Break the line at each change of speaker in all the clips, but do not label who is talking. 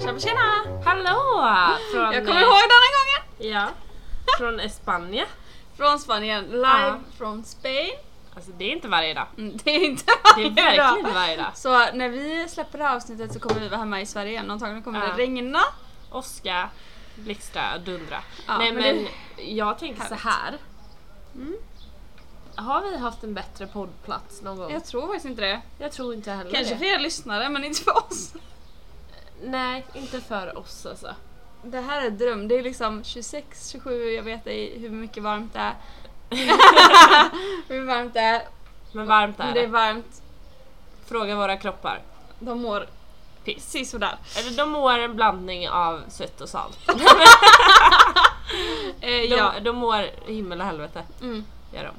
tjena, tjena!
Hallå! Från, eh,
Jag kommer ihåg denna gången!
Ja, från Spanien.
Från Spanien, live
Ja.
från Spain.
Alltså det är inte varje dag.
Mm, Det är inte
Det är
varje
verkligen
dag.
inte varje dag.
Så när vi släpper det här avsnittet så kommer vi vara hemma i Sverige igen. Antagligen kommer
Ja.
det regna.
Oska, blixtra, dundra.
Ja,
eh, Nej
men
men, jag tänker
Härligt.
så här. Mm. Har vi haft en bättre poddplats någon gång? Jag,
Jag tror faktiskt inte det.
tror inte heller
Kanske
det.
för er lyssnare men inte för oss.
Nej, inte för oss alltså.
Det här är en dröm. Det är liksom 26, 27, jag vet ej hur mycket varmt det är. hur varmt det är.
Men varmt är
Men
det.
det är varmt.
Fråga våra kroppar.
De mår
Piss.
sisådär.
Eller de mår en blandning av sött och salt.
Eh,
De,
ja.
de mår himmel och helvete.
Mm.
Gör de.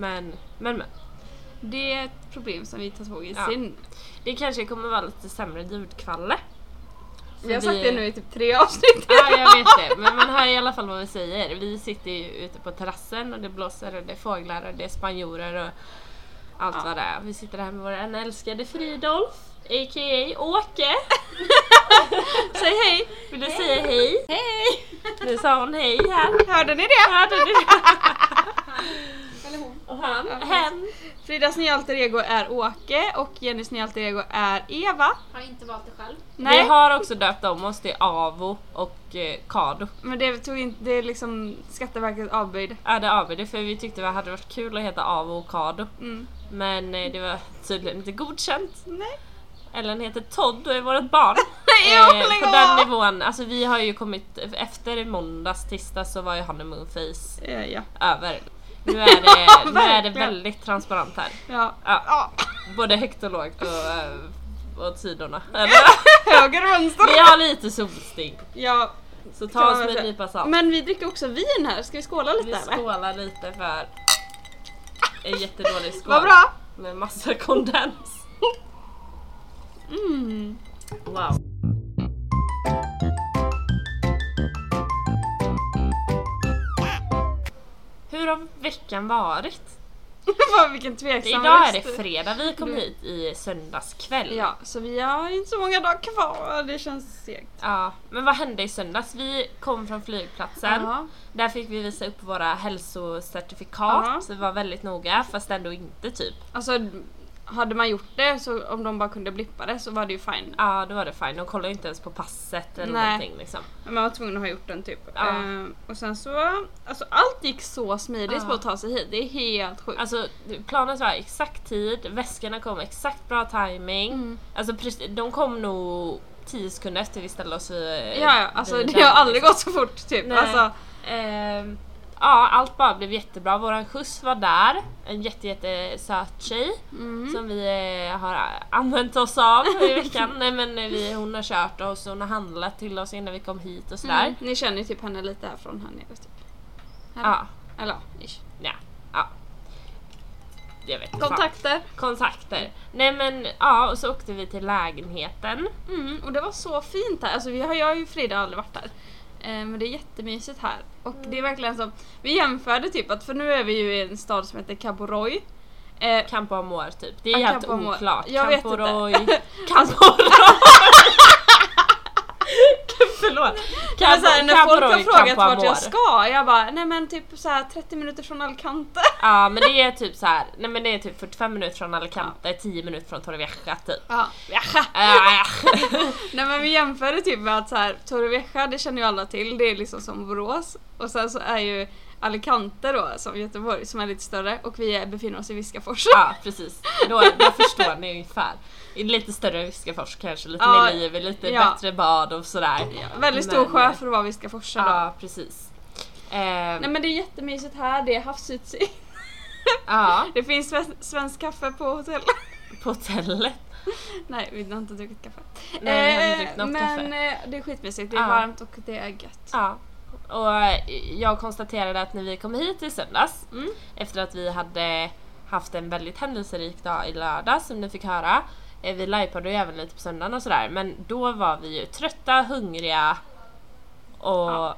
Men, men men.
Det är ett problem som vi tar tag i
Ja.
sen.
Det kanske kommer vara lite sämre ljudkvalle.
Vi har
För
sagt
vi-
det nu i typ tre avsnitt.
Ja, jag vet det. Men man hör i alla fall vad vi säger. Vi sitter ju ute på terrassen och det blåser och det är fåglar och det är spanjorer och allt
Ja.
vad det är. Vi sitter här med vår älskade Fridolf, a.k.a. Åke.
Säg hej!
Vill du säga hej?
Hej!
Nu sa hon hej här.
Hörde ni det?
Hörde ni det?
Eller hon.
Och han,
Ja, precis.
hen.
Fridas nya alter ego är Åke och Jennys nya alter ego är Eva.
Har inte valt det själv.
Nej,
Vi har också döpt om oss till Avo och eh, Kado.
men det tog inte, det är liksom Skatteverket avböjde.
Ja, det avböjde för vi tyckte det hade varit kul att heta Avo och Kado.
Mm.
Men eh, det var tydligen inte godkänt.
Nej.
Ellen heter Todd och är vårt barn.
Jo, lägg
Eh, på
av!
den nivån, alltså vi har ju kommit, efter i måndags, tisdag så var ju honeymoon face
Eh, ja.
över. Nu är det,
Ja,
nu är det
verkligen.
väldigt transparent här.
ja.
Ja,
ja.
både högt och lågt och eh, åt sidorna. Eller,
Höger och
vi
vänster.
har lite solsting.
Ja.
Så
kan
ta oss
man väl
med en
säga.
nypa salt.
Men vi dricker också vin här, ska vi skåla lite
Vi
eller?
skålar lite för en jättedålig skål
Vad bra!
med massa kondens.
Mm.
Wow. Hur har veckan varit?
Fan, Vilken tveksam
Idag är det
röst.
fredag, vi kom
Du-
hit i söndags kväll.
Ja, så vi har inte så många dagar kvar, det känns segt.
Ja, Men vad hände i söndags? Vi kom från flygplatsen.
Jaha.
Där fick vi visa upp våra hälsocertifikat.
Jaha.
Så vi var väldigt noga, fast ändå inte typ.
Alltså, hade man gjort det, så om de bara kunde blippa det så var det ju fine.
Ja, då var det fine. De kollade inte ens på passet eller
Nej.
någonting liksom.
Men Man var tvungen att ha gjort den typ.
Ja.
Eh, och sen så, alltså allt gick så smidigt
Ja.
på att ta sig hit. Det är helt sjukt.
Alltså planet var exakt tid, väskorna kom exakt bra timing.
Mm.
Alltså precis- de kom nog 10 sekunder efter vi ställde oss vid
ja, ja, alltså
vid
det
den,
har aldrig
liksom.
gått så fort typ.
Nej.
Alltså,
Ehm, ja, allt bara blev jättebra. Våran skjuts var där, en jätte, jättesöt tjej
mm.
som vi eh, har använt oss av i veckan. Nej men eh, vi, hon har kört oss, hon har handlat till oss innan vi kom hit och sådär.
Mm. Ni känner ju typ henne lite härifrån här nere typ.
Ja,
Eller ja, ish.
ja, ja. Jag vet inte fan.
Kontakter.
kontakter. Nej men ja, och så åkte vi till lägenheten.
Mm. Och det var så fint här. Alltså vi har, jag har ju Frida aldrig varit här. Eh, Men det är jättemysigt här. Och det är verkligen som, vi jämförde typ att för nu är vi ju i en stad som heter Kaboroy. Eh,
Campo Amor typ. Det är
Ja,
helt
Campo Amor.
oklart.
Jag vet
Campo
inte.
Roy. Campo Roy. Förlåt.
Men såhär, när
Campo
folk har
Roy,
frågat
Campo
vart
Amor.
jag ska, jag bara nej men typ såhär 30 minuter från Alicante.
Ja men det är typ så här. nej men det är typ 45 minuter från Alicante, 10 minuter från Torrevieja typ.
Ja.
Äh,
nej men vi jämförde typ med att såhär Torrevieja det känner ju alla till, det är liksom som Borås. Och sen så är ju Alicante då som Göteborg som är lite större och vi är- befinner oss i Viskafors.
ja precis, då, då förstår ni ungefär. Lite större Viskafors kanske, lite
Ja,
mer liv, lite
ja.
bättre bad och sådär.
Väldigt stor
Men-
sjö för att vara Viskaforsa då.
Ja precis. Ehm,
Nej men det är jättemysigt här, det är havsutsikt.
Ja,
Det finns sve- svenskt kaffe på hotell.
på hotellet.
Nej, vi har inte druckit kaffe.
Nej, jag har inte
Eh,
druckit något
men
kaffe.
eh, det är skitmysigt, det är
Ja.
varmt och det är gött.
Ja. Och eh, jag konstaterade att när vi kom hit i söndags,
Mm.
efter att vi hade haft en väldigt händelserik dag i lördags som ni fick höra, eh, vi livepoddade ju även lite på söndagen och sådär, men då var vi ju trötta, hungriga och
Ja.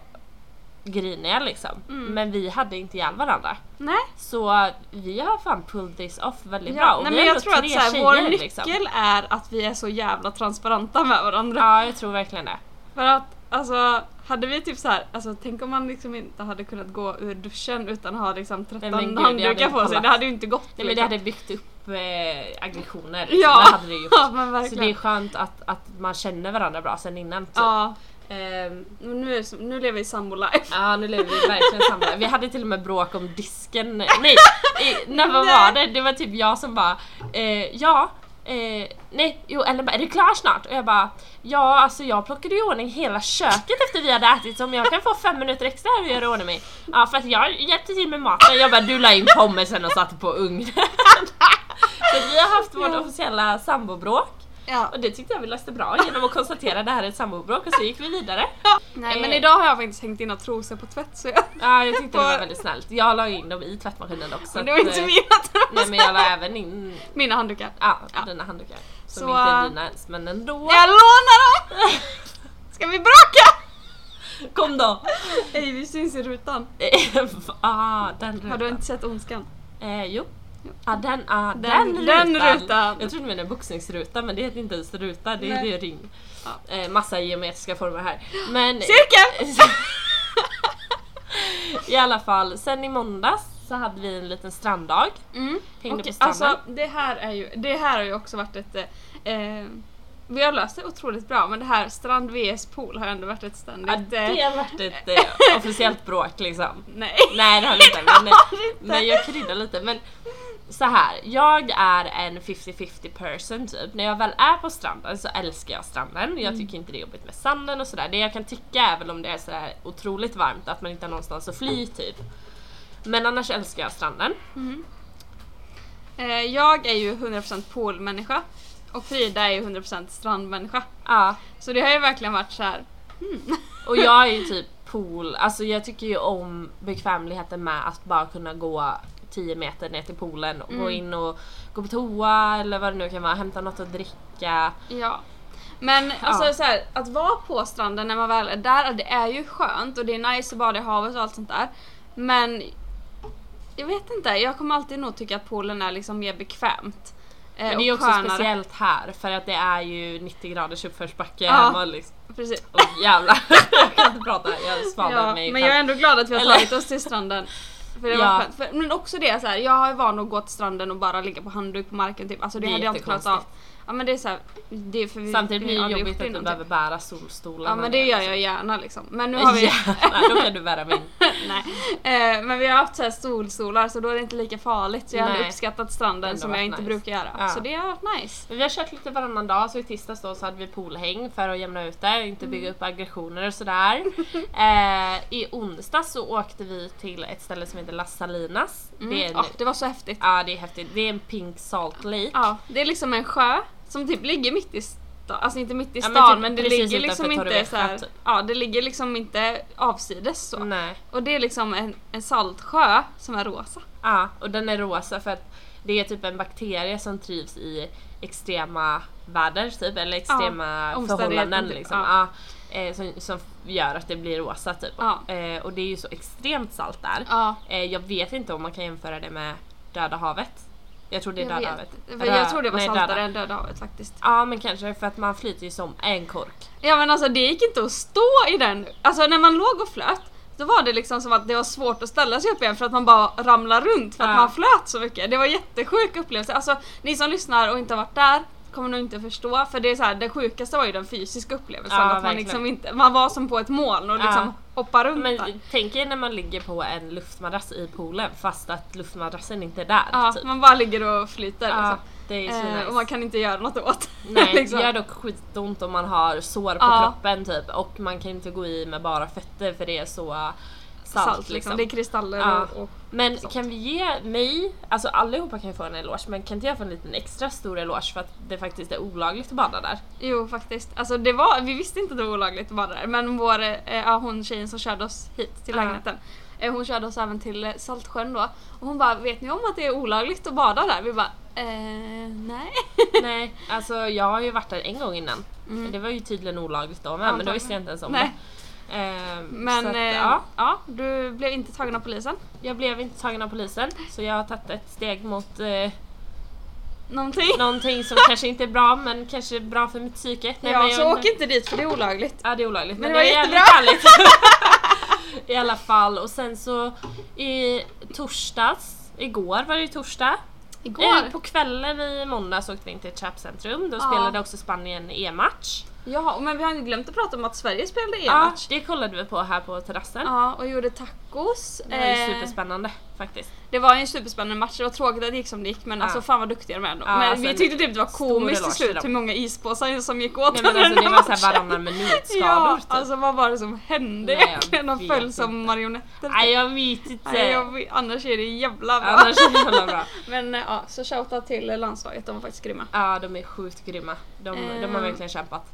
griniga liksom.
Mm.
Men vi hade inte ihjäl varandra.
Nej,
Så vi har fan pulled this off väldigt bra.
ja,
Och
nej
vi
men
är
jag
ändå
tror att
tre
så här, vår
tjejer,
nyckel
liksom.
är att vi är så jävla transparenta med varandra.
Ja, jag tror verkligen det.
För att alltså, hade vi typ så här, alltså tänk om man liksom inte hade kunnat gå ur duschen utan att ha liksom 13
men gud, det hade
handdukar
inte
på sig.
kollat.
Det hade ju inte gått.
Nej, men det
liksom.
hade byggt upp eh, aggressioner. Liksom.
Ja,
Det hade det gjort.
ja men
Så det är
verkligen.
skönt att, att man känner varandra bra sen innan. Typ.
Ja,
Ehm,
men nu, är det som, nu lever vi sambo-life.
Ja nu lever vi verkligen samma. Vi hade till och med bråk om disken. Nej! I, när vad var det? Det var typ jag som bara eh, ja Eh, nej, jo Ellen bara är du klar snart? Och jag bara ja alltså jag plockade ju i ordning hela köket efter vi hade ätit så om jag kan få fem minuter extra här och göra i ordning mig. Ja för att jag hjälpte till med maten. Jag bara du la in pommesen och satte på ugnen. så vi har haft vårt officiella sambobråk
Ja.
och det tyckte jag vi löste bra genom att konstatera det här är ett sambobråk och så gick vi vidare.
Nej
Eh.
men idag har jag faktiskt hängt in trosor på tvätt så jag...
Ja jag tyckte det var väldigt snällt. Jag la ju in dem i tvättmaskinen också.
Men det var
att,
inte
eh,
mina trosor.
Nej men jag la även in
Mina handdukar.
ja,
Ja.
dina handdukar. Som
Så,
inte är
eh,
dina ens men ändå.
Jag lånar dem! Ska vi bråka?
Kom då!
Hej vi syns i rutan.
ah, den rutan.
Har du inte sett Ondskan?
Eh, jo. Ah, den, ah, den,
Den- den rutan.
Jag trodde du menade boxningsruta men det heter inte ens ruta, det är
Nej.
ju ring.
Ja.
Eh, massa geometriska former här. Men
Cirkeln!
i alla fall, sen i måndags så hade vi en liten stranddag.
Mm.
Hängde
Okej,
på stranden.
Alltså, det, här är ju, det här har ju också varit ett... eh, Eh, vi har löst det otroligt bra men det här strand vs pool har ändå varit ett
Ja,
ständigt...
det
eh,
har varit ett eh, officiellt bråk liksom.
nej.
Nej det har det inte. Men,
har inte.
men jag kryddar lite. Men så här, jag är en 50-50 person typ. När jag väl är på stranden så älskar jag stranden. Jag
Mm.
tycker inte det är jobbigt med sanden och sådär. Det jag kan tycka är väl om det är sådär otroligt varmt att man inte har någonstans att
Mm.
fly typ. Men annars älskar jag stranden.
Eh, jag är ju 100% poolmänniska och Frida är ju 100% strandmänniska.
Ja.
Så det har ju verkligen varit så här.
Och jag är ju typ pool, alltså jag tycker ju om bekvämligheten med att bara kunna gå 10 meter ner till poolen och
Mm.
gå in och gå på toa eller vad det nu kan vara, hämta något att dricka.
Ja. Men
Ja.
alltså så här, att vara på stranden när man väl är där, det är ju skönt och det är nice att bada i havet och allt sånt där. Men jag vet inte, jag kommer alltid nog tycka att poolen är liksom mer bekvämt. eh,
Men det är
och
ju också
skönare.
speciellt här för att det är ju 90 graders uppförsbacke
Ja.
hemma liksom.
Precis.
Oh, jävlar, jag kan inte prata, jag svamlar
Ja,
mig
men jag är
själv.
ändå glad att vi har
Eller-
tagit oss till stranden. För det
Ja.
var skönt. För, men också det så här, jag är van att gå till stranden och bara ligga på handduk på marken typ. Alltså det,
Det är
hade jag inte klarat av.
jättekonstigt.
Ja men det är så här, det är för vi,
Samtidigt
vi
blir
har
det
aldrig gjort
jobbigt att du
innan,
behöver bära solstolarna
Ja men det
ner,
gör
liksom.
jag gärna liksom. Men nu har vi,
Jävlar, då kan du bära min.
nej, Eh, men vi har haft så här solstolar så då är det inte lika farligt. Så jag hade
Nej.
uppskattat stranden
Ändå
som
varit
jag inte
nice.
brukar göra.
Ja.
Så det har varit nice.
Men Vi har kört lite varannan dag, så i tisdags då så hade vi poolhäng för att jämna ut det, inte
Mm.
bygga upp aggressioner och sådär. eh, I onsdag så åkte vi till ett ställe som heter Las Salinas. Det, är
Mm.
en,
Ja, det var så häftigt.
ja, det är häftigt, det är en pink salt lake.
Ja, det är liksom en sjö som typ ligger mitt i stan, alltså inte mitt i
Ja,
stan
men
men,
typ
det
precis
ligger
utanför
liksom inte
Torrevieja,
så här,
typ. Mm.
Ja, det ligger liksom inte avsides så.
Nej.
Och det är liksom en, en saltsjö som är rosa.
Ja, och den är rosa för att det är typ en bakterie som trivs i extrema väder typ, eller extrema
omständigheter,
förhållanden
typ.
liksom.
Ja.
Ja, eh, som, som gör att det blir rosa typ.
Ja.
Eh, och det är ju så extremt salt där.
Ja.
Eh, jag vet inte om man kan jämföra det med Döda havet. Jag tror det är
jag,
Döda
vet.
havet.
Men jag
Rö-
tror det var
nej,
saltare
Döda.
än Döda havet faktiskt.
Ja men kanske för att man flyter ju som en kork.
Ja men alltså det gick inte att stå i den. Alltså när man låg och flöt då var det liksom som att det var svårt att ställa sig upp igen för att man bara ramlade runt för att
Ja.
man flöt så mycket. Det var en jättesjuk upplevelse. Alltså ni som lyssnar och inte har varit där kommer nog inte förstå för det är så här, det sjukaste var ju den fysiska upplevelsen.
Ja,
att man,
verkligen.
liksom inte, man var som på ett moln och
Ja.
liksom hoppar runt
Men
där.
tänk er när man ligger på en luftmadrass i poolen fast att luftmadrassen inte är där.
Ja,
typ.
man bara ligger och flyter
Ja,
liksom.
det är så
Eh,
nice.
och man kan inte göra något åt.
Nej,
liksom.
det gör dock skitont om man har sår på
Ja.
kroppen typ och man kan inte gå i med bara fötter för det är så salt,
Salt
liksom.
liksom. Det är kristaller
Ja.
och, och
Men
salt.
kan vi ge mig, alltså allihopa kan ju få en eloge men kan inte jag få en liten extra stor eloge för att det faktiskt är olagligt att bada där?
Jo faktiskt. Alltså det var, vi visste inte att det var olagligt att vara där men vår, eh, ja, hon tjejen som körde oss hit till
Ja.
lägenheten eh, hon körde oss även till eh, Saltsjön då och hon bara vet ni om att det är olagligt att bada där? Vi bara eh, nej.
Nej, alltså jag har ju varit där en gång innan. Det var ju tydligen olagligt då med men då visste jag inte ens om
Mm. nej.
det. Ehm,
Men
så att,
eh,
ja,
ja. du blev inte tagen av polisen.
jag blev inte tagen av polisen så jag har tagit ett steg mot eh,
Någonting.
någonting som kanske inte är bra men kanske är bra för mitt psyke. Nej,
ja,
men
så
jag-
åk inte dit för det är olagligt.
Ja det är olagligt men,
Men
det,
det
är
var
jävligt härligt. I alla fall och sen så i torsdags, igår var det ju torsdag. Eh,
Igår?
På kvällen i måndags åkte vi in till ett köpcentrum. Då
Ja.
spelade också Spanien e-match.
Ja, men vi har inte glömt att prata om att Sverige spelade
Ja,
e-match.
det kollade vi på här på terrassen.
Ja, och gjorde tacos.
Det var ju
Eh,
superspännande faktiskt.
det var ju en superspännande match, det var tråkigt att det gick som det gick men
Ja.
alltså fan vad duktiga de är ändå.
Ja,
men
alltså,
vi tyckte typ det var
stor
komiskt
eloge
till
till
slut
dem.
hur många ispåsar som gick åt
Nej men
under
alltså
den
det
här
var såhär varannan minut skador
Ja,
typ.
alltså vad var det som hände
Nej, jag
egentligen? De
vet
föll som
inte.
marionetter.
Nej jag vet inte.
Nej, jag vet- annars är det jävla bra.
Annars är det jävla bra.
Men eh, ja, så shoutout till landslaget, de var faktiskt grymma.
Ja, de är sjukt grymma. De, de har
Ehm.
verkligen kämpat.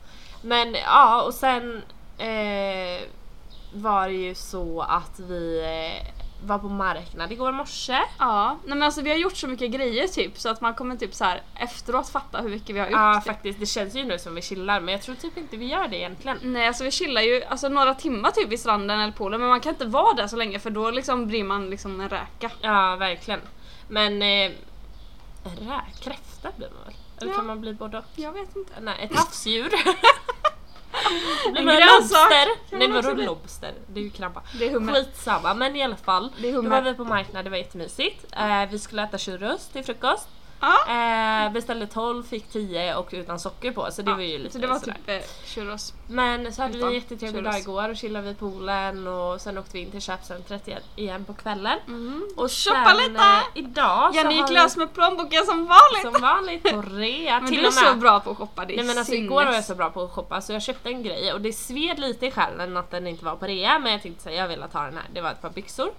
Men ja, och sen eh, var det ju så att vi eh, var på marknad igår morse.
Ja, nej men alltså vi har gjort så mycket grejer typ så att man kommer typ så här efteråt fatta hur mycket vi har gjort.
Ja,
typ.
faktiskt. Det känns ju nu som vi chillar, men jag tror typ inte vi gör det egentligen.
Mm.
Nej alltså vi chillar ju alltså, några timmar typ i stranden eller poolen men man kan inte vara där så länge för då liksom blir man liksom en räka.
Ja, verkligen. Men eh, rä, kräfta blir man väl? Eller
Ja.
kan man bli både och?
Jag vet inte.
Nej, ett havsdjur. Blir
En
man en
grönsak
lobster?
kan
Nej
man också
vadå
bli.
lobster? Det är ju krabba.
Det är hummer.
Skitsamma men i alla fall.
Det är
Då
hummer.
var vi på marknad, det var jättemysigt. Eh, vi skulle äta churros till frukost.
Ja.
Eh, beställde 12, fick 10 och utan socker på så det var ju lite
så det var
sådär.
typ eh, churros.
Men så hade vi en
Utan
jättetrevlig
churros.
dag igår och chillade vid poolen och sen åkte vi in till köpcentret igen, igen på kvällen. Och
Mm. Shoppa
sen,
lite!
eh, idag
Jenny
så
gick
har vi
lös med plånboken som vanligt!
som vanligt på rea.
men
till
du är
och med.
så bra på att shoppa, det är
Nej men alltså
sinnes.
igår var jag så bra på att shoppa så jag köpte en grej och det sved lite i själen att den inte var på rea men jag tänkte säga jag vill ta den här. Det var ett par byxor.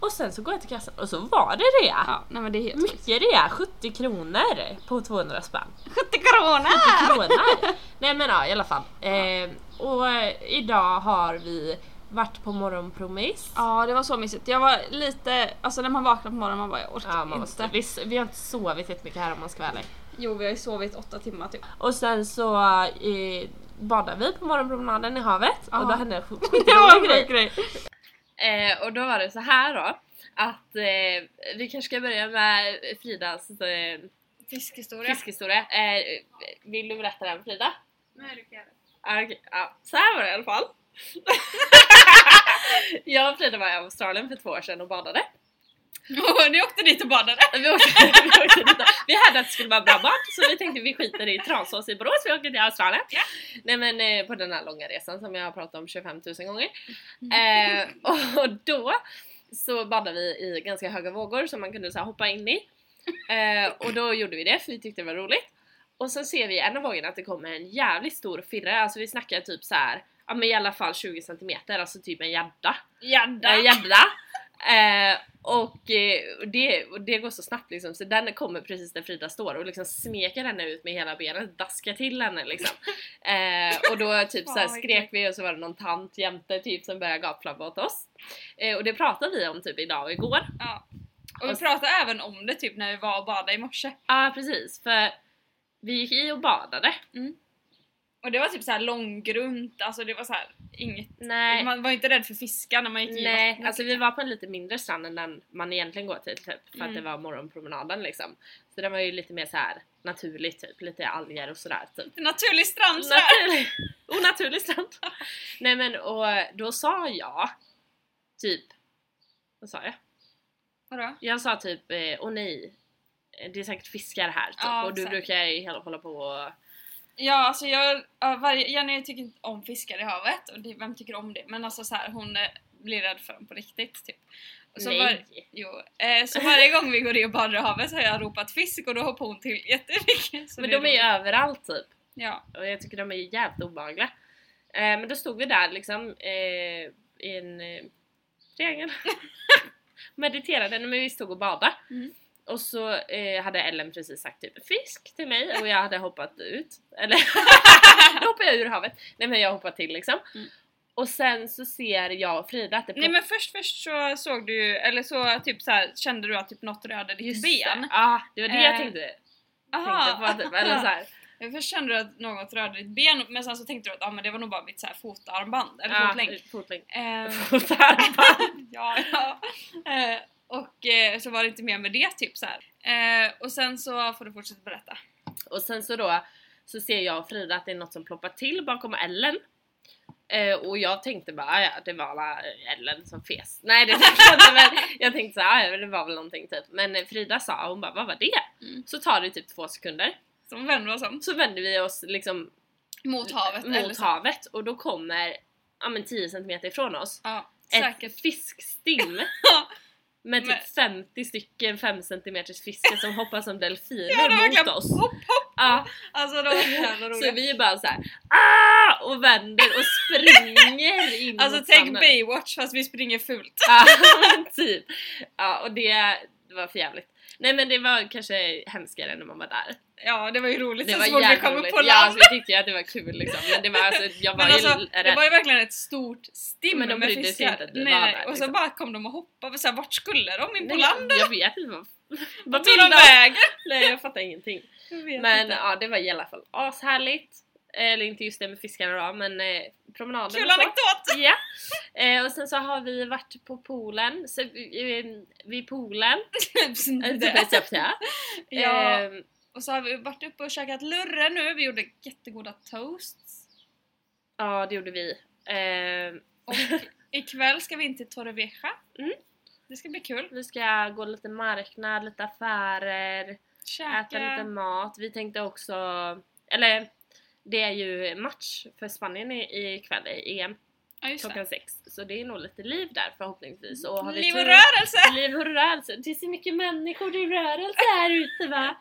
Och sen så går jag till kassan och så var det rea.
Ja, nej men det är helt
Mm.
sjukt.
Mycket rea, 70 kronor på 200 spänn.
70 kronor!
Kronor! Nej men ja i alla fall. Eh, och eh, idag har vi varit på morgonpromis.
Ja det var så mysigt. Jag var lite, alltså när man vaknar på morgonen man bara jag orkar
Ja, man måste,
inte.
vi, vi har inte sovit jättemycket här om man ska vara ärlig.
Jo vi har ju sovit åtta timmar typ.
Och sen så eh, badade vi på morgonpromenaden i havet
Ja.
och då hände en sjuk-
Det var en
skitrolig
sjuk
grej.
grej.
Eh, och då var det så här då att eh, vi kanske ska börja med Fridas eh,
Fiskhistoria.
fiskhistoria. Eh, vill du berätta den Frida?
Nej, du kan göra det.
Ah, okej. ja. Så här var det i alla fall. jag och Frida var i Australien för två år sedan och badade.
Åh, Ni åkte dit och badade!
Vi, åkte, vi, åkte dit. vi hörde att det skulle vara bra bad så vi tänkte vi skiter i Transås i Borås, vi åker till Australien.
Ja.
Nej men eh, på den här långa resan som jag har pratat om 25 000 gånger. Eh, och då så badade vi i ganska höga vågor som man kunde så här, hoppa in i. Eh, och då gjorde vi det för vi tyckte det var roligt. Och sen ser vi i en av vågorna att det kommer en jävligt stor firre, alltså vi snackar typ så här, ja men i alla fall 20 cm, alltså typ en gädda.
Jadda!
Eh, jävla. Eh, och eh, och det, och det går så snabbt liksom så den kommer precis där Frida står och liksom smeker henne ut med hela benet, daskar till henne liksom. Eh, och då typ så här
Fan, vad
skrek vi och så var det någon tant jämte typ som började gapflabba åt oss. Eh, och det pratade vi om typ idag och igår.
Ja. Och vi
Alltså-
pratade även om det typ när vi var och badade i morse.
Ja precis, för vi gick i och badade.
Och det var typ så här långgrunt, alltså det var så här inget...
Nej,
Man var inte rädd för fiskar när man gick i
Nej,
vattnet. liksom.
alltså vi var på en lite mindre strand än den man egentligen går till typ, för att
Mm.
det var morgonpromenaden liksom. Så den var ju lite mer så här naturlig typ, lite alger och sådär typ.
En Naturlig strand sådär!
Naturlig, onaturlig strand. Nej men och då sa jag typ, vad sa jag?
Vadå?
Jag sa typ, eh, åh nej, det är säkert fiskar här typ
Ja,
och du
säkert.
brukar ju hela hålla på och
Ja, alltså jag, ja, varje, Jenny tycker inte om fiskar i havet, och det, vem tycker om det? Men alltså så här, hon eh, blir rädd för dem på riktigt typ. Och så
nej.
var- jo, eh, så varje gång vi går i och badar i havet så har jag ropat fisk och då hoppar hon till jättemycket. Så
men
det
de är ju
roligt.
överallt typ.
Ja,
och jag tycker de är jävligt obehagliga. Eh, men då stod vi där liksom eh, i en eh, triangel. Mediterade, men vi stod och badade.
Mm.
Och så eh, hade Ellen precis sagt typ fisk till mig och jag hade hoppat ut. Eller då hoppade jag ur havet. Nej men jag hoppade till liksom.
Mm.
Och sen så ser jag och Frida att det
Nej men först först så såg du ju, eller så typ så här, kände du att typ något rörde ditt
Just det.
ben.
Ja, det var det jag
Eh,
tänkte, tänkte
Aha.
på. Typ. Eller så här.
Först kände du att något rörde ditt ben men sen så tänkte du att ah, men det var nog bara mitt så här fotarmband eller
Ja,
fotlänk.
fotlänk.
Ehm,
Fotarmband.
ja, ja. Eh, och eh, så var det inte mer med det typ så här. Eh, och sen så får du fortsätta berätta.
Och sen så då så ser jag och Frida att det är något som ploppar till bakom Ellen. Eh, och jag tänkte bara "Ah, ja det var alla Ellen som fes. Nej det tänkte jag inte men jag tänkte så här, "Ah, ja det var väl någonting typ. Men eh, Frida sa, hon bara vad var det?
Mm.
Så tar det typ två sekunder.
Så vänder vi oss om.
Så vänder vi oss liksom
Mot havet. eller
mot
så.
havet och då kommer ja men 10 cm ifrån oss
Ja, säkert.
ett fiskstim. Med typ
Men-
50 stycken 5 cm fiskar som hoppar som delfiner
Ja, det var verkligen
mot oss.
hopp, hopp!
Ja.
Alltså det var så jävla
Så
roligt.
vi är bara såhär ah! och vänder och springer in
Alltså
mot
tänk
stranden.
Baywatch fast vi springer fult.
Ja, typ. Ja och det var för jävligt. Nej men det var kanske hemskare när man var där.
Ja det var ju roligt
Det
så
var
fort vi kom upp
roligt.
på
Ja
land.
alltså, jag tyckte ju att det var kul liksom men det var alltså, jag var
Men
ju
alltså, det
rädd.
var ju verkligen ett stort stim
Men de
med
brydde sig
fiskar.
inte att vi
nej,
var
nej.
där,
Och så
liksom.
bara kom de och hoppade, så här, vart skulle de? In på
Nej,
land?
Jag vet inte vad... Vad
Vart tog de
de?
vägen?
Nej jag fattar ingenting.
Jag vet
Men
inte.
ja det var i alla fall ashärligt. Eller inte just det med fiskarna då men eh, promenaden
Kul
och så.
anekdot!
Ja! Eh, och sen så har vi varit på poolen, så, eh, vid poolen. Eh,
Det-
typ, typ, ja.
Ja.
Eh,
Och så har vi varit uppe och käkat lurre nu, vi gjorde jättegoda toasts.
ja, det gjorde vi. Eh,
Och ikväll ska vi in till Torrevieja.
Mm.
Det ska bli kul.
vi ska gå lite marknad, lite affärer, äta lite
Käka...
mat. Vi tänkte också, eller det är ju match för Spanien i- ikväll i EM
Ja just det.
klockan sex. Så det är nog lite liv där förhoppningsvis. Och har vi
Liv och
tur-
rörelse!
Liv och rörelse. Det är så mycket människor i rörelse här ute va?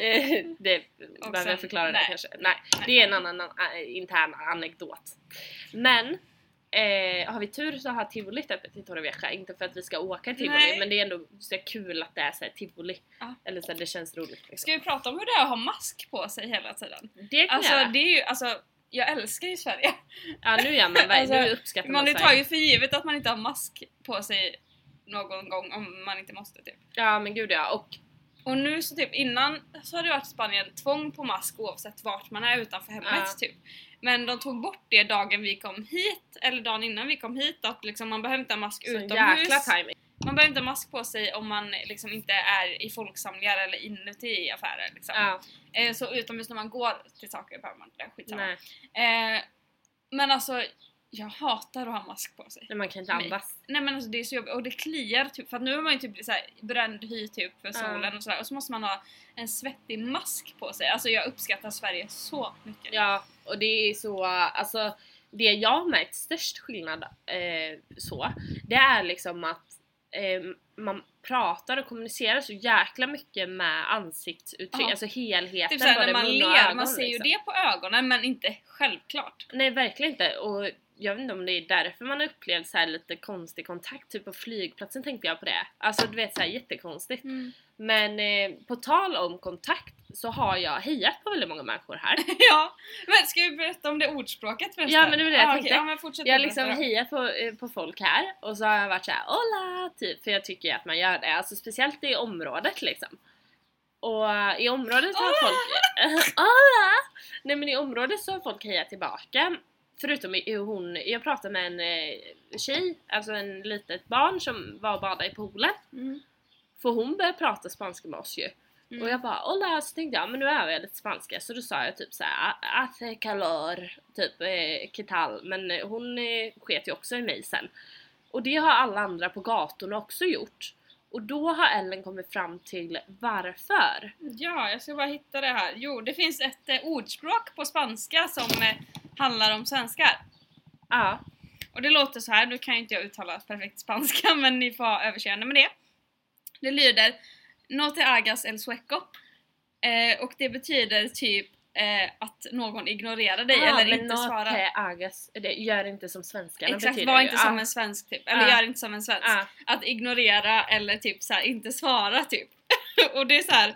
Eh, det
Och
behöver
sen-
jag förklara
nej.
det kanske. Nej, det är en annan an- äh, intern anekdot. Men eh, har vi tur så har tivolit öppet i Torrevieja. Inte för att vi ska åka tivoli
Nej.
men det är ändå så kul att det är så här tivoli.
Ja.
Eller så här, det känns roligt. Liksom.
Ska vi prata om hur det är att ha mask på sig hela tiden?
Det kan
Alltså
jag göra.
det är ju, alltså jag älskar ju Sverige.
Ja nu gör man alltså, nu
Alltså,
uppskattar man,
Man har ju
Sverige.
tagit för givet att man inte har mask på sig någon gång om man inte måste typ.
Ja men gud ja. Och
Och nu så typ innan så har det varit i Spanien tvång på mask oavsett vart man är utanför hemmet
Ja.
typ. Men de tog bort det dagen vi kom hit, eller dagen innan vi kom hit, att liksom man behöver inte ha mask
sån
utomhus.
jäkla timing.
Man behöver inte ha mask på sig om man liksom inte är i folksamlingar eller inuti i affärer liksom.
Ja,
Eh, så utomhus när man går till saker behöver man inte, skitsamma.
nej.
Eh, men alltså, jag hatar att ha mask på sig.
Men man kan inte
Nej.
andas.
Nej men alltså det är så jobbigt och det kliar typ för att nu är man ju typ såhär bränd hy typ för solen och sådär och så måste man ha en svettig mask på sig. Alltså jag uppskattar Sverige så mycket.
Ja, och det är så, alltså det jag har märkt störst skillnad eh, så, det är liksom att eh, man pratar och kommunicerar så jäkla mycket med ansiktsuttryck,
Ja.
alltså helheten
typ såhär
både
när man
mun och
ler,
ögon,
man ser ju
liksom.
det på ögonen men inte självklart.
Nej verkligen inte och jag vet inte om det är därför man har upplevt så här lite konstig kontakt, typ på flygplatsen tänkte jag på det. Alltså du vet såhär jättekonstigt. Men eh, på tal om kontakt så har jag hejat på väldigt många människor här.
ja, men ska vi berätta om det ordspråket förresten?
Ja, men det var det jag
ah,
tänkte.
okej. Ja men fortsätt
Jag har
du
liksom
berätta då.
hejat på, eh, på folk här och så har jag varit såhär Hola! Typ, för jag tycker ju att man gör det. Alltså speciellt i området liksom. Och eh, i området har folk... Hola! Nej men i området så har folk hejat tillbaka. Förutom i- i hon, jag pratade med en eh, tjej, alltså en litet barn som var och badade i poolen.
Mm.
För hon började prata spanska med oss ju.
Mm.
Och jag bara hola, så tänkte jag men nu övar jag lite spanska så då sa jag typ såhär att calor, typ eh, "qué tal men eh, hon eh, sket ju också i mig sen. Och det har alla andra på gatorna också gjort. Och då har Ellen kommit fram till varför.
Ja, jag ska bara hitta det här. Jo, det finns ett eh, ordspråk på spanska som eh, handlar om svenskar.
Ja,
Och det låter så här, nu kan ju inte jag uttala perfekt spanska men ni får ha överseende med det. Det lyder No te hagas el sueco. Eh, och det betyder typ eh, att någon ignorerar dig
ah,
eller
men
inte
no
svarar.
te hagas, det gör inte som svenskarna
Exakt,
betyder
var
ju.
inte
Ja,
som en svensk typ. Eller
Ah.
gör inte som en svensk.
ja.
Att ignorera eller typ så här, inte svara typ. och det är så här.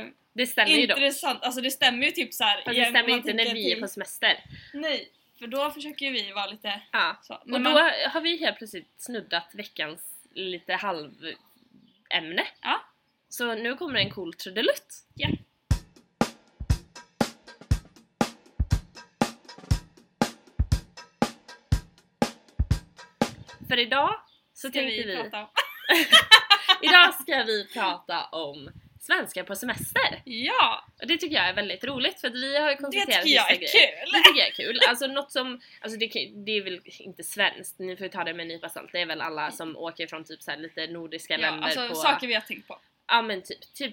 Eh,
Det stämmer ju då.
intressant, alltså det stämmer ju typ så här.
Fast det
igen,
stämmer
man
inte när
tänker
vi är
till-
på semester.
Nej, för då försöker ju vi vara lite
Ja.
så.
Och
Men
då
man-
har vi helt plötsligt snuddat veckans lite halvämne.
Ja.
Så nu kommer en cool trudelutt.
Ja.
För idag så
Ska
tänkte vi,
prata om?
idag ska vi prata om svenskar på semester.
Ja!
Och det tycker jag är väldigt roligt för att vi har ju
Det
konstaterat
tycker jag är
vissa grejer.
kul!
Det tycker jag är kul. Alltså något som, alltså det, kan- det är väl inte svenskt, ni får ju ta det med en nypa salt. Det är väl alla som åker från typ så här lite nordiska
Mm. Ja,
länder
alltså
på...
saker vi har tänkt på.
Ja men typ, typ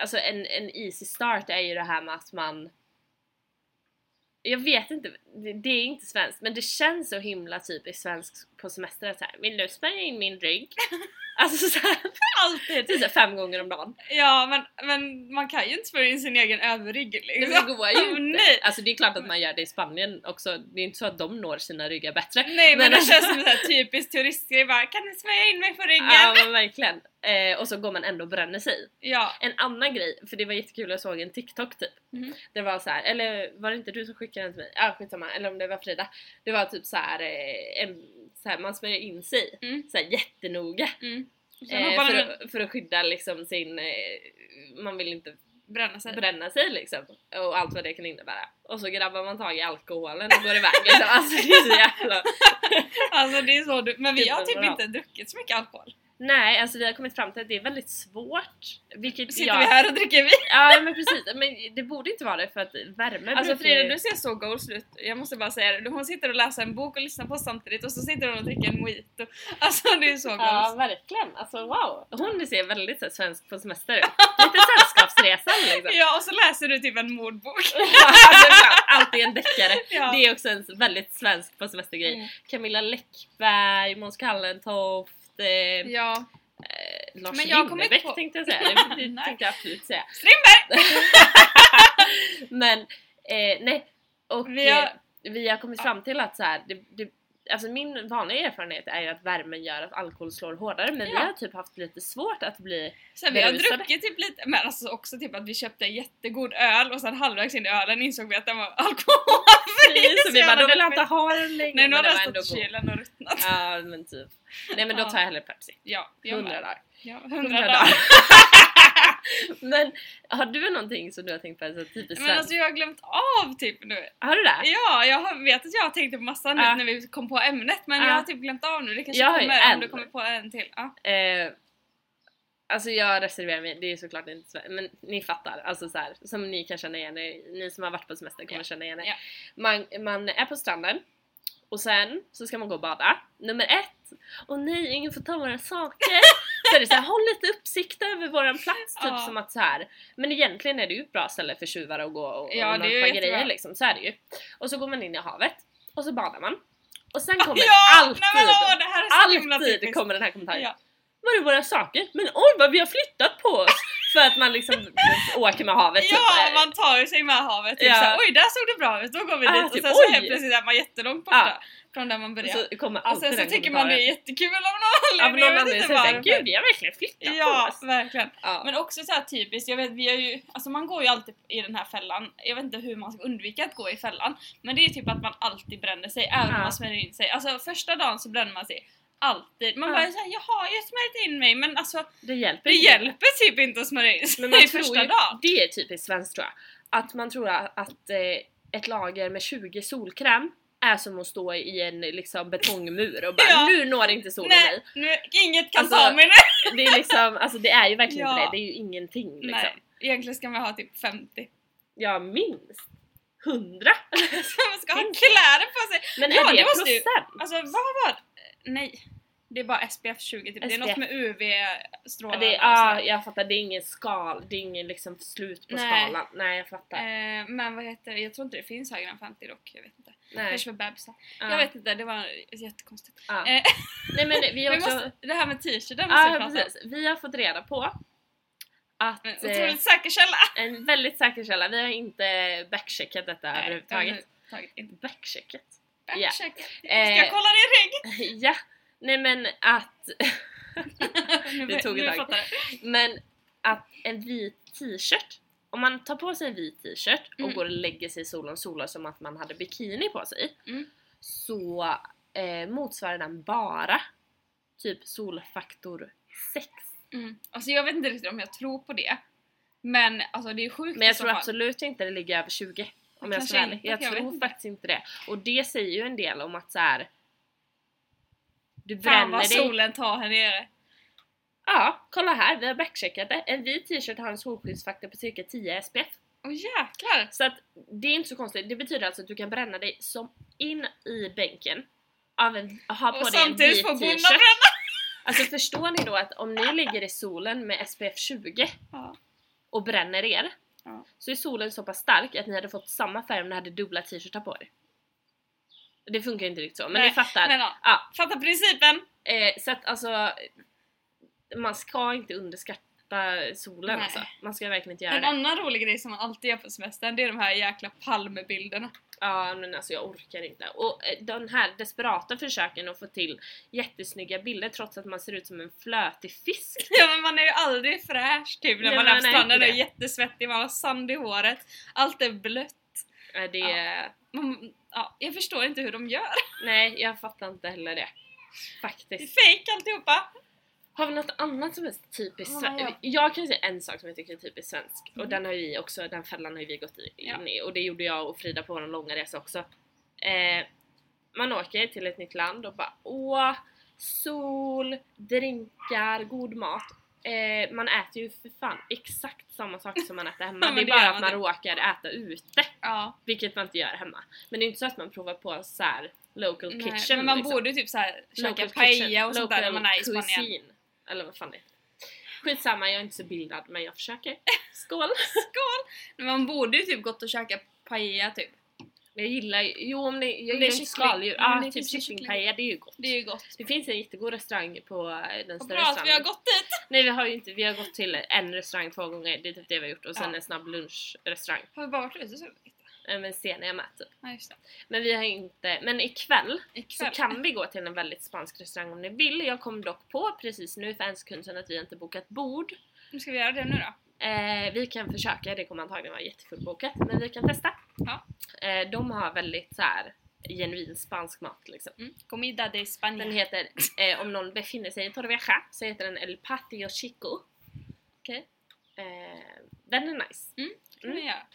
alltså en, en easy start är ju det här med att man jag vet inte, det, det är inte svenskt men det känns så himla typiskt svenskt på semester att så här, vill du spärra in min rygg? alltså så här,
Alltid!
typ så här fem gånger om dagen.
Ja men, men man kan ju inte spöra in sin egen överrygg liksom.
Det går ju inte.
Nej.
Alltså det är klart att man gör det i Spanien också, det är inte så att de når sina ryggar bättre.
Nej men,
Men
det
alltså-
känns som en sån här typisk turistgrej bara kan du smörja in mig på ryggen?
Ja men verkligen. Eh, och så går man ändå och bränner sig.
Ja.
En annan grej, för det var jättekul, jag såg en TikTok typ.
Mhm.
Det var så här, eller var det inte du som skickade den till mig? Ja ah, skitsamma, eller om det var Frida. Det var typ så här, eh, en, så här man smörjer in sig
Mm.
så här jättenoga.
Mm. Och Sen
Eh,
hoppar
för,
man
att, för att skydda liksom sin, eh, man vill inte
bränna sig.
bränna sig liksom. Och allt vad det kan innebära. Och så grabbar man tag i alkoholen och går iväg liksom. Alltså det är så jävla...
Alltså det är så du, men vi
Typ
har typ
överallt.
inte druckit så mycket alkohol.
Nej alltså vi har kommit fram till att det är väldigt svårt. Vilket
Sitter
jag...
vi här och dricker vin?
Ja men precis, men det borde inte vara det för att värme
Alltså
brukar
Frida
ju-
du ser så goals ut, jag måste bara säga det. Hon sitter och läser en bok och lyssnar på oss samtidigt och så sitter hon och dricker en mojito. Alltså det är så goals.
Ja verkligen, alltså wow! Hon ser väldigt så här, svensk på semester ut. Lite sällskapsresan liksom.
Ja och så läser du typ en mordbok.
Alltså, fan, Alltid en deckare.
Ja.
Det är också en väldigt svensk på semester grej.
Mm.
Camilla Läckberg, Måns Kallentoft, eh, eh,
Ja.
Lars
Men jag har kommit
Winnerbäck
på-
tänkte jag säga. Det, det
Nej.
tänkte jag absolut säga.
Strindberg!
Men eh, nej, och
Vi har-
eh, vi har kommit fram till att så här, det, det, alltså min vanliga erfarenhet är ju att värmen gör att alkohol slår hårdare men
Ja.
vi har typ haft lite svårt att bli
Sen vi har
Berusade.
druckit typ lite, men alltså också typ att vi köpte jättegod öl och sen halvvägs in i ölen insåg vi att den var alkohol.
fri så vi bara
jävla
då vill jag
deppigt.
inte ha den längre
Nej nu har
men
den
var
stått i
god.
kylen och ruttnat.
Ja men typ. Nej men då
Ja.
tar jag hellre Pepsi.
Ja, jag
Hundra
med.
dagar.
Ja,
Hundra
hundra
dagar.
dagar.
men har du någonting som du har tänkt på så typiskt
Men
svenskt?
alltså jag har glömt av typ nu.
Har du det?
Ja, jag har, vet att jag har tänkt på massa nu
Ja.
när vi kom på ämnet men
Ja.
jag har typ glömt av nu. Det kanske
Jag har ju
kommer
en.
om du kommer på en till. Ja.
Eh, alltså jag reserverar mig, det är såklart inte så, men ni fattar. Alltså så här, som ni kan känna igen er, ni som har varit på semester kommer
Ja.
känna igen er.
Ja.
Man, man är på stranden och sen så ska man gå och bada. Nummer ett, och nej ingen får ta våra saker. så är det så här, håll lite uppsikt över våran plats typ
Ja.
som att så här. Men egentligen är det ju ett bra ställe för tjuvar att gå och,
Ja,
och
det är ju
nappa
jättebra.
grejer liksom, så är det ju. Och så går man in i havet och så badar man. Och sen kommer
ja!
alltid,
Nej, men, åh, det här är så himla
alltid
typiskt.
kommer den här kommentaren.
Ja.
Var är våra saker? Men oj vad vi har flyttat på oss! För att man liksom åker med havet. typ.
ja, man tar sig med havet. Typ
Ja.
såhär, oj där såg det bra ut, då går vi
Ja,
dit. Och
typ,
sen så
oj.
helt plötsligt är man jättelångt borta från där man
Och
började.
så kommer
Och
alltid
sen Alltså, så
den
tycker man det är
kommentaren.
jättekul av någon
Av
anledning.
någon
jag vet
anledning
inte
så är det såhär,
varför.
gud vi har verkligen flyttat på
Ja,
oss.
verkligen.
Ja.
Men också så här typiskt, jag vet, vi har ju, alltså man går ju alltid i den här fällan, jag vet inte hur man ska undvika att gå i fällan, men det är typ att man alltid bränner sig, även
Ja.
om man smörjer in sig. Alltså första dagen så bränner man sig alltid. Man
Ja.
bara såhär, jag har ju smörjt in mig men alltså
det hjälper
det
inte.
hjälper typ inte att smörja in sig
Men man tror
första
ju,
dagen.
det är typiskt svenskt tror jag. Att man tror att att, eh, ett lager med 20 solkräm är som att stå i en liksom betongmur och bara
Ja.
nu når inte solen
Nej,
mig.
nu, inget kan
Alltså,
ta mig nu.
Det är liksom, alltså det är ju verkligen inte
Ja.
det, det är ju ingenting liksom.
Nej, egentligen ska man ha typ 50.
Ja minst 100!
Man ska ha
Tänk.
kläder på sig.
Men
Ja,
är det,
det måste ju-
procent?
Alltså vad var det? Nej. Det är bara SPF 20 typ. Det är
SPF.
något med
Ja,
UV-strålar
Det,
och sådär.
ja, jag fattar. Det är ingen skal, det är ingen liksom slut på
alltså. Nej.
skalan. Nej, jag fattar.
Eh, men vad heter det? Jag tror inte det finns högre än 50 dock. Jag vet inte.
Nej.
Kanske för bebisar.
Ja,
Jag vet inte, det var jättekonstigt.
ja.
eh,
Nej men vi har
Vi
också...
måste, det här med t-shirten måste vi
ja,
prata om.
precis. Vi har fått reda på att
Men
eh,
Otroligt säker källa!
en väldigt säker källa, vi har inte backcheckat detta
Nej,
överhuvudtaget.
överhuvudtaget inte.
Backcheckat? Ja.
Backcheck.
Eh,
Ska jag kolla din rygg?
ja. Nej men att...
Nu,
det tog ett
nu
tag.
fattar jag.
Men att en vit t-shirt, om man tar på sig en vit t-shirt och
Mm.
går och lägger sig i solen och solar som att man hade bikini på sig.
Mm.
Så eh, motsvarar den bara typ solfaktor 6.
Mm. Alltså jag vet inte riktigt om jag tror på det. Men alltså det är sjukt
Men
i
jag
så
tror
fall.
absolut inte det ligger över 20. Om jag
Kanske
ska vara ärlig.
inte,
Jag
jag vet
tror
inte.
faktiskt inte det. Och det säger ju en del om att så här. Du
Fan
bränner
vad
dig.
solen tar här nere.
Ja, kolla här, vi har backcheckat det. En vit t-shirt har en solskyddsfaktor på cirka 10 SPF.
Åh jäklar!
Så att det är inte så konstigt. Det betyder alltså att du kan bränna dig som in i bänken. Av en, ha på
Och
dig en
samtidigt
vit
får bonden
t-shirt.
bränna!
Alltså förstår ni då att om ni ligger i solen med SPF 20
Ja.
och bränner er
Ja.
så är solen så pass stark att ni hade fått samma färg om ni hade dubbla t-shirtar på er. Det funkar ju inte riktigt så, men
Nej,
ni fattar.
Men, ja.
Ja,
Fattar principen!
Eh, så att alltså, man ska inte underskatta solen
Nej.
alltså. Man ska verkligen inte göra
En
det.
annan rolig grej som man alltid gör på semestern det är de här jäkla palmbilderna.
Ja men alltså jag orkar inte. Och eh, den här desperata försöken att få till jättesnygga bilder trots att man ser ut som en flötig fisk.
Ja men man är ju aldrig fräsch typ när
Nej,
man
men
är på
man är
stranden
inte
och är
det.
jättesvettig, man har sand i håret, allt är blött.
Eh, Det,
Man, ja, jag förstår inte hur de gör.
Nej jag fattar inte heller
Det
det.
är
Faktiskt.
fejk alltihopa!
Har vi något annat som är typiskt
Ja,
svenskt?
ja.
Jag kan säga en sak som jag tycker är typiskt svensk och
Mm.
den har ju vi också, den fällan har ju vi gått i-
Ja.
in i och det gjorde jag och Frida på vår långa resa också. Eh, man åker till ett nytt land och bara åh, sol, drinkar, god mat. Eh, man äter ju för fan exakt samma saker som man äter hemma.
Ja, men det
det är bara
gör
att man
man
råkar äta ute,
Ja,
vilket man inte gör hemma. Men det är inte så att man provar på så här local
nej,
kitchen.
men man
liksom.
borde ju typ såhär käka
Local
paella
kitchen,
och sånt där när
local
man är i Spanien.
cuisine, Eller vad fan det är. Skitsamma, jag är inte så bildad men jag försöker. Skål!
Skål! Men man borde ju typ gått och käka paella typ.
Men jag gillar ju, jo om det, jag
är
gillar ju
kyckling.
skaldjur.
Ja, men
Ja,
det
typ
finns ju kyckling.
kycklingpaella, det är ju gott.
Det är ju gott.
Det finns en jättegod restaurang på eh, den
Vad bra
större
att vi har
Typ stranden.
gått dit!
Nej vi har ju inte, vi har gått till en restaurang två gånger, det är typ det vi har gjort. Och sen
Ja.
en snabb lunchrestaurang.
Har vi bara varit ute så?
Eh, Men sen är jag med typ.
Ja just det.
Men vi har inte, men ikväll så
Ikväll.
kan vi gå till en väldigt spansk restaurang om ni vill. Jag kom dock på precis nu för en sekund sedan att vi inte bokat bord.
Nu ska vi göra det nu då.
Eh, vi kan försöka, det kommer antagligen vara jättefullbokat men vi kan testa.
Ja.
Eh, de har väldigt så här genuin spansk mat liksom.
Mm. Comida de España.
Den heter, eh, om någon befinner sig i Torrevieja, så heter den El Patio Chico. Okej. Eh, den är nice.
Kan vi göra.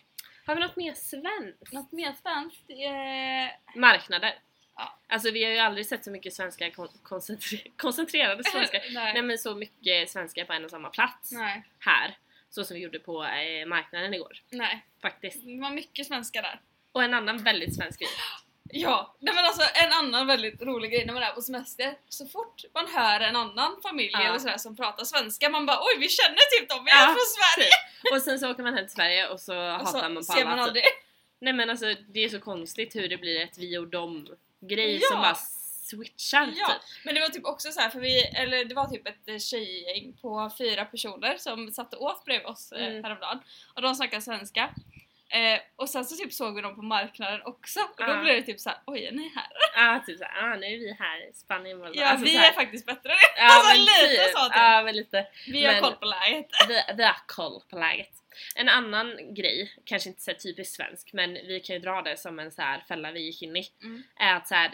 Har vi något mer svenskt?
Mm. Något mer svenskt? Eh,
Marknader.
Ja.
Alltså vi har ju aldrig sett så mycket svenska kon- koncentre- koncentrerade svenskar.
Nej.
Nej men så mycket svenskar på en och samma plats
Nej.
här. Så som vi gjorde på eh, marknaden igår.
Nej.
Faktiskt.
Det var mycket svenska där.
Och en annan väldigt svensk grej.
Ja, nej men alltså en annan väldigt rolig grej när man är på semester. Så fort man hör en annan familj
Ja.
eller sådär som pratar svenska, man bara oj vi känner typ dem, vi
Ja,
är från Sverige!
Och sen så åker man hem till Sverige och så
Och så
hatar man på
ser man
alla. typ.
aldrig.
Nej men alltså det är så konstigt hur det blir ett vi och dem grej
Ja.
som bara switchar
Ja,
typ.
men det var typ också så här för vi, eller det var typ ett eh, tjejgäng på fyra personer som satt och åt bredvid oss eh,
Mm.
häromdagen och de snackade svenska. Eh, och sen så typ såg vi dem på marknaden också och då
Ja.
blev det typ så här: oj är ni här?
Ja typ såhär, ah, nu är vi här, Spanien var
Ja
alltså,
vi
så här.
är faktiskt bättre än er!
ja,
alltså,
men
lite
typ.
så typ.
Ja men lite.
Vi har
men-
koll på läget.
Vi, vi har koll på läget. En annan grej, kanske inte så här typiskt svensk men vi kan ju dra det som en så här fälla vi gick in i.
Mm.
Är att så här,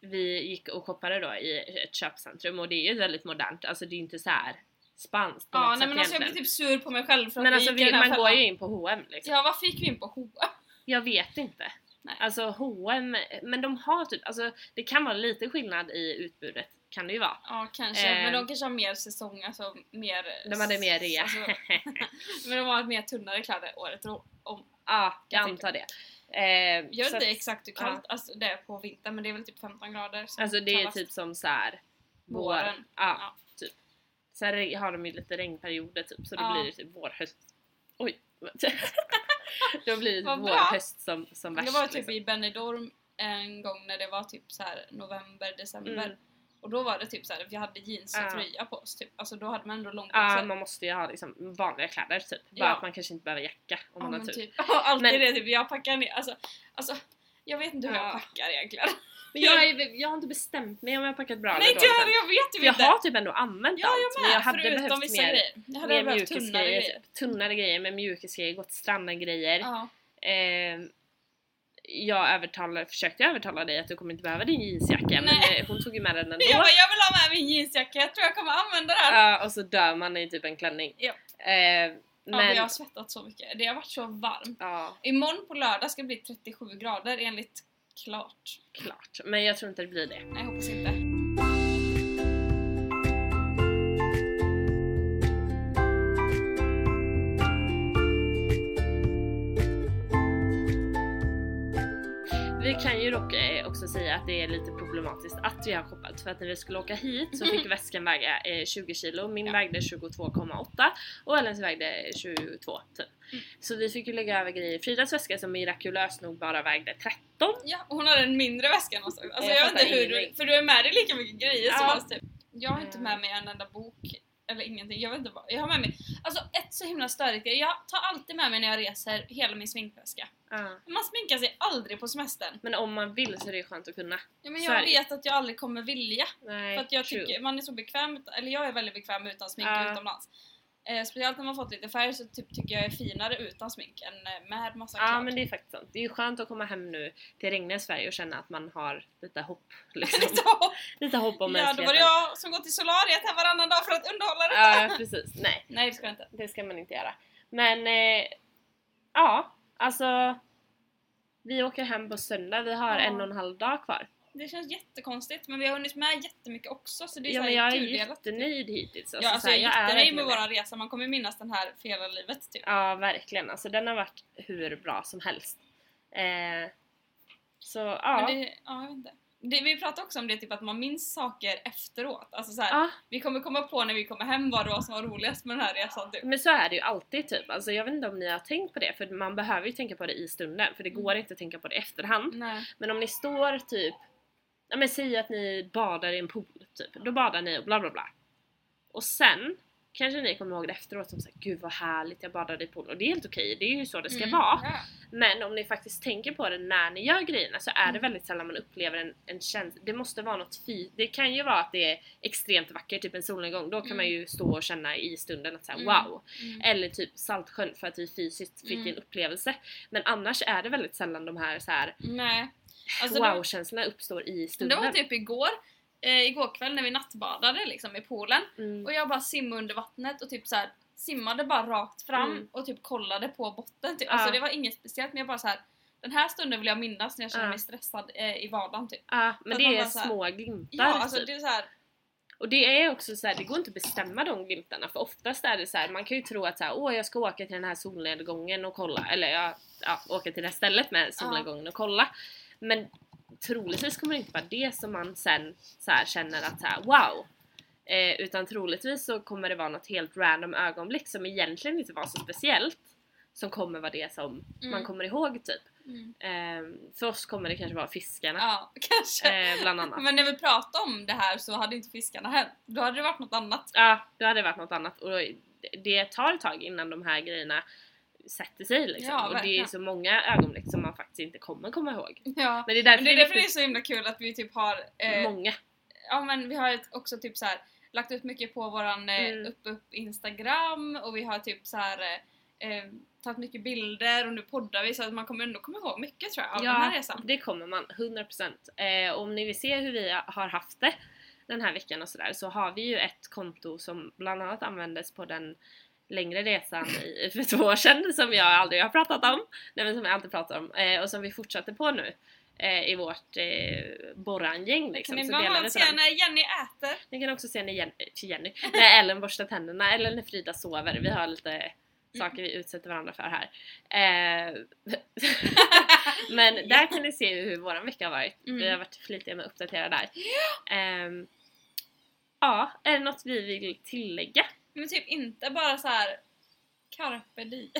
vi gick och shoppade då i ett köpcentrum och det är ju väldigt modernt, alltså det är ju inte så här spanskt på
Ja nej
något sätt
men alltså jag
egentligen.
blir typ sur på mig själv för att
Men alltså
gick i
vi,
den här
man går
fällan.
ju in på H&M liksom.
Ja varför gick vi in på Hoa?
Jag vet inte.
Nej.
Alltså H&M, men de har typ, alltså det kan vara lite skillnad i utbudet, kan det ju vara.
Ja kanske,
Eh.
men de kanske har mer säsong, alltså mer...
De hade mer rea.
alltså, men de har mer tunnare kläder året ro- om.
ja, jag
Jag
antar det. Eh,
Jag vet
så
inte
att-
exakt hur kallt alltså, det är på vintern men det är väl typ 15 grader. som
Alltså det är ju
kallast.
typ som så här vår.
Våren.
Ja,
Ja.
typ. Sen re- har de ju lite regnperioder typ, så då
Ja.
blir det typ vår, höst. Oj! då blir det
Vad
vår,
bra.
höst som, som värst.
Jag var typ
liksom.
i Benidorm en gång när det var typ så här november, december.
Mm.
Och då var det typ såhär, vi hade jeans och
Ja.
tröja på oss typ. Alltså då hade man ändå
Ja,
långbyxor.
man måste ju ha liksom vanliga kläder typ. Bara
Ja.
att man kanske inte behöver jacka om man
Ja,
har
men
tur.
typ. Alltid
Men-
det typ, jag packar ner, alltså, alltså jag vet inte hur
Ja.
jag packar egentligen.
Men jag, är, jag har inte bestämt mig om jag har packat bra
Nej
eller
inte jag heller,
dåligt
jag vet ju
än. För
inte!
jag har typ ändå använt
ja,
allt.
jag
men
med!
jag hade
förutom
behövt
vissa
mer,
grejer. Jag hade
mer
behövt tunnare
mjukisgrejer.
grejer.
typ. Tunnare grejer med mjukisgrejer, gått till stranden grejer.
Ja.
Eh, jag övertalade, försökte övertala dig att du kommer inte behöva din jeansjacka men
Nej.
eh, hon tog ju med den ändå.
Jag bara, jag vill ha med min jeansjacka, jag tror jag kommer använda den.
Ja, och så dör man i typ en klänning.
Ja.
Eh,
Ja, men
men,
jag har
ja,
svettat så mycket, det har varit så varmt.
ja,
Imorgon på lördag ska det bli 37 grader enligt klart.
klart. Men jag tror inte det blir det.
Nej jag hoppas inte.
Vi kan ju dock eh, också säga att det är lite problematiskt att vi har shoppat för att när vi skulle åka hit så fick väskan väga eh, 20 kilo, min vägde 22,8 och Ellens vägde 22 typ. Så vi fick ju lägga över grejer. Fridas väska som mirakulöst nog bara vägde 13
Ja, och hon hade en mindre väska någonstans. Alltså
Jag
jag, vet
fattar
inte hur du,
ingenting.
för du är med dig lika mycket grejer som
Ja. Mm.
oss typ. Jag har inte med mig en enda bok eller ingenting. Jag vet inte vad. Jag har med mig, alltså ett så himla störigt grej. Jag tar alltid med mig när jag reser hela min sminkväska.
Ja.
Man sminkar sig aldrig på semestern.
Men om man vill så är det ju skönt att kunna.
Ja, men
Så är
jag
det.
vet att jag aldrig kommer vilja.
Nej,
För att jag
true.
tycker man är så bekväm, ut- eller jag är väldigt bekväm utan smink
Ja.
utomlands. Eh, speciellt när man fått lite färg så typ, tycker jag är finare utan smink än eh, med massa
Ja
klart.
men det är faktiskt sant. Det är ju skönt att komma hem nu till regniga Sverige och känna att man har lite hopp. Liksom. lite hopp om
ja, då var det jag som går till solariet här varannan dag för att underhålla det.
Ja precis, nej
Nej det ska jag inte.
det ska man inte göra. Men eh, ja, alltså vi åker hem på söndag, vi har
Ja.
en och en halv dag kvar.
Det känns jättekonstigt men vi har hunnit med jättemycket också så det är
Ja,
så här
men jag är
tudelat.
jättenöjd hittills.
Ja, alltså,
så här,
jag är jättenöjd med
verkligen det.
våran resa, man kommer minnas den här för hela livet typ.
Ja verkligen, alltså den har varit hur bra som helst. Eh, så ja.
Men det, ja, jag vet inte. Det, vi pratade också om det, typ att man minns saker efteråt. Alltså så här,
ja.
Vi kommer komma på när vi kommer hem vad det var som var roligast med den här resan typ.
Men så är det ju alltid typ. Alltså, jag vet inte om ni har tänkt på det för man behöver ju tänka på det i stunden för det
Mm.
går inte att tänka på det i efterhand.
Nej.
Men om ni står typ, ja men säg att ni badar i en pool typ. Då badar ni och bla bla bla. Och sen kanske ni kommer ihåg det efteråt som såhär gud vad härligt jag badade i poolen och det är helt okej, det är ju så det ska
Mm,
vara.
ja.
Men om ni faktiskt tänker på det när ni gör grejerna så är det
Mm.
väldigt sällan man upplever en, en känsla. Det måste vara något fi- Det kan ju vara att det är extremt vackert, typ en solnedgång. Då kan
Mm.
man ju stå och känna i stunden att säga
Mm.
wow.
Mm.
Eller typ Saltsjön för att vi fysiskt fick
Mm.
en upplevelse. Men annars är det väldigt sällan de här så här
Nej. Alltså, det-
wow-känslorna uppstår i
Men Det
stunden.
var typ igår, eh, igår kväll när vi nattbadade liksom i poolen
mm.
och jag bara simmade under vattnet och typ så här simmade bara rakt fram
Mm.
och typ kollade på botten typ.
Ja.
Alltså det var inget speciellt men jag bara så här. Den här stunden vill jag minnas när jag känner
Ja.
mig stressad eh, i vardagen typ.
Ja, men
att
det
man
är
bara så här-
små glimtar
Ja alltså
typ.
det är så här.
Och det är också så här, det går inte att bestämma de glimtarna för oftast är det så här, man kan ju tro att så här, åh jag ska åka till den här solnedgången och kolla eller ja, ja åka till det här stället med solnedgången och kolla. Men troligtvis kommer det inte vara det som man sen så här, känner att så här, wow! Eh, utan troligtvis så kommer det vara något helt random ögonblick som egentligen inte var så speciellt som kommer vara det som
Mm.
man kommer ihåg typ. Eh, för oss kommer det kanske vara fiskarna
Ja kanske.
eh, bland annat.
Men när vi pratade om det här så hade inte fiskarna hänt. Då hade det varit något annat.
Ja, då hade det varit något annat. Och det tar ett tag innan de här grejerna sätter sig liksom.
Ja,
och det är
verkligen.
så många ögonblick som man faktiskt inte kommer komma ihåg.
Ja.
Men det
Men
är därför
det är därför det är
viktigt
så himla kul att vi typ har
med
eh,
många.
ja men vi har ett- också typ så här lagt ut mycket på våran eh,
Mm.
upp upp instagram och vi har typ så här eh, eh, tagit mycket bilder och nu poddar vi så att man kommer ändå komma ihåg mycket tror jag av den här resan.
det kommer man. 100%. Eh, och om ni vill se hur vi har haft det den här veckan och sådär så har vi ju ett konto som bland annat användes på den längre resan i, för två år sedan som jag aldrig har pratat om. Nej men som jag alltid pratar om eh, och som vi fortsätter på nu eh, i vårt eh, Borran-gäng liksom.
kan ni
så
bland
delar vi
annat
på
se
den.
när Jenny äter?
Ni kan också se när Jenny, Jenny när Ellen borstar tänderna eller när Frida sover. Vi har lite saker vi utsätter varandra för här. Eh, men där kan ni se hur vår vecka har varit. Vi har
Mm.
varit flitiga med att uppdatera där. Ehm, ja, är det något vi vill tillägga?
Men typ inte bara så här carpe diem.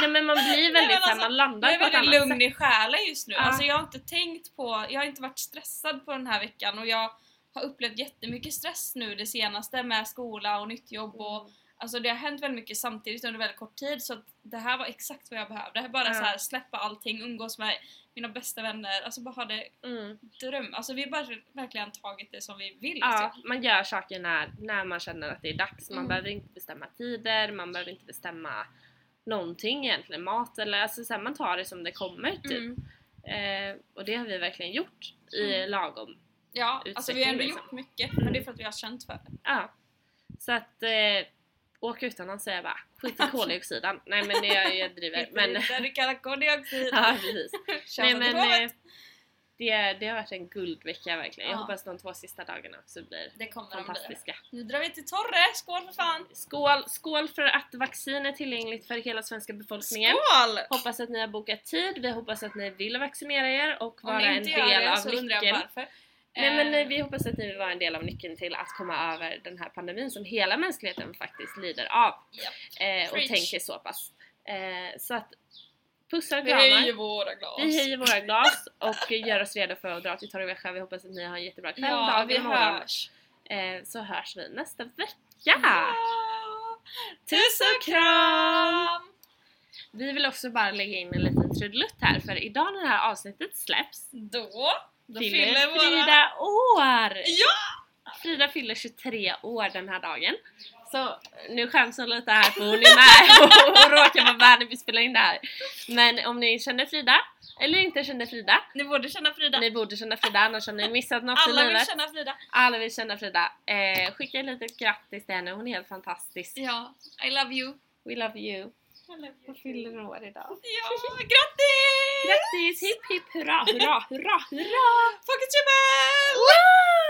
Nej men man blir
Ah! men
väldigt såhär,
alltså,
man
Jag
landar
är
på ett annat
väldigt lugn
sätt.
i själen just nu.
Ja.
Alltså jag har inte tänkt på, jag har inte varit stressad på den här veckan och jag har upplevt jättemycket stress nu det senaste med skola och nytt jobb och Alltså det har hänt väldigt mycket samtidigt under väldigt kort tid så att det här var exakt vad jag behövde. Bara
Ja.
så här, släppa allting, umgås med mina bästa vänner, alltså bara ha det
Mm.
dröm. Alltså vi har bara verkligen tagit det som vi vill.
Ja,
typ.
man gör saker när, när man känner att det är dags. Man
Mm.
behöver inte bestämma tider, man behöver inte bestämma någonting egentligen. Mat eller alltså så här, man tar det som det kommer typ.
Mm.
Eh, och det har vi verkligen gjort i
Mm.
lagom.
Ja, alltså vi har ändå
Utsträckning, liksom.
gjort mycket
Mm.
men det är för att vi har känt för det.
Ja. Så att eh, åka utomlands säger jag bara skit i koldioxiden. Nej men jag, jag driver. men,
Där är karakodioxid.
ja, precis. Nej, men, eh, Det, det har varit en guldvecka verkligen. Jag
Ja.
hoppas de två sista dagarna också blir
Det kommer de bli.
fantastiska.
Nu drar vi till Torre, skål för fan!
Skål, skål för att vaccin är tillgängligt för hela svenska befolkningen.
Skål!
Hoppas att ni har bokat tid, vi hoppas att ni vill vaccinera er och
Om
vara
ni
en
inte gör
del
det
av
så undrar jag
nyckeln.
varför.
Nej men eh,
Eh,
vi hoppas att ni vill vara en del av nyckeln till att komma över den här pandemin som hela mänskligheten faktiskt lider av.
Ja.
Eh, och
Preach.
tänker så pass. Eh, så att pussar och
Vi
kramar.
höjer våra glas.
Vi höjer våra glas och gör oss redo för att dra till Torre Växjö. Vi hoppas att ni har en jättebra kväll,
Ja,
dag
vi
och morgon.
hörs.
Eh, så hörs vi nästa vecka!
Ja.
Tusen kram! Vi vill också bara lägga in en liten trudelutt här för idag när det här avsnittet släpps
Då, då
fyller
fyller våra...
Frida år!
Ja!
Frida fyller 23 år den här dagen. Så nu skäms hon lite här för hon är med och råkar vara med när vi spelar in det här. Men om ni känner Frida, eller inte känner Frida,
Ni borde känna Frida.
ni borde känna Frida annars har ni missat något i
Alla vill
livet.
känna Frida.
Alla vill känna Frida. Eh, skicka ett litet grattis till henne, hon är helt fantastisk.
Ja, I love you.
We love you.
I love you.
Hon fyller år idag.
Ja, grattis!
Grattis! Hipp hipp hurra hurra hurra hurra!
Folkets jubel!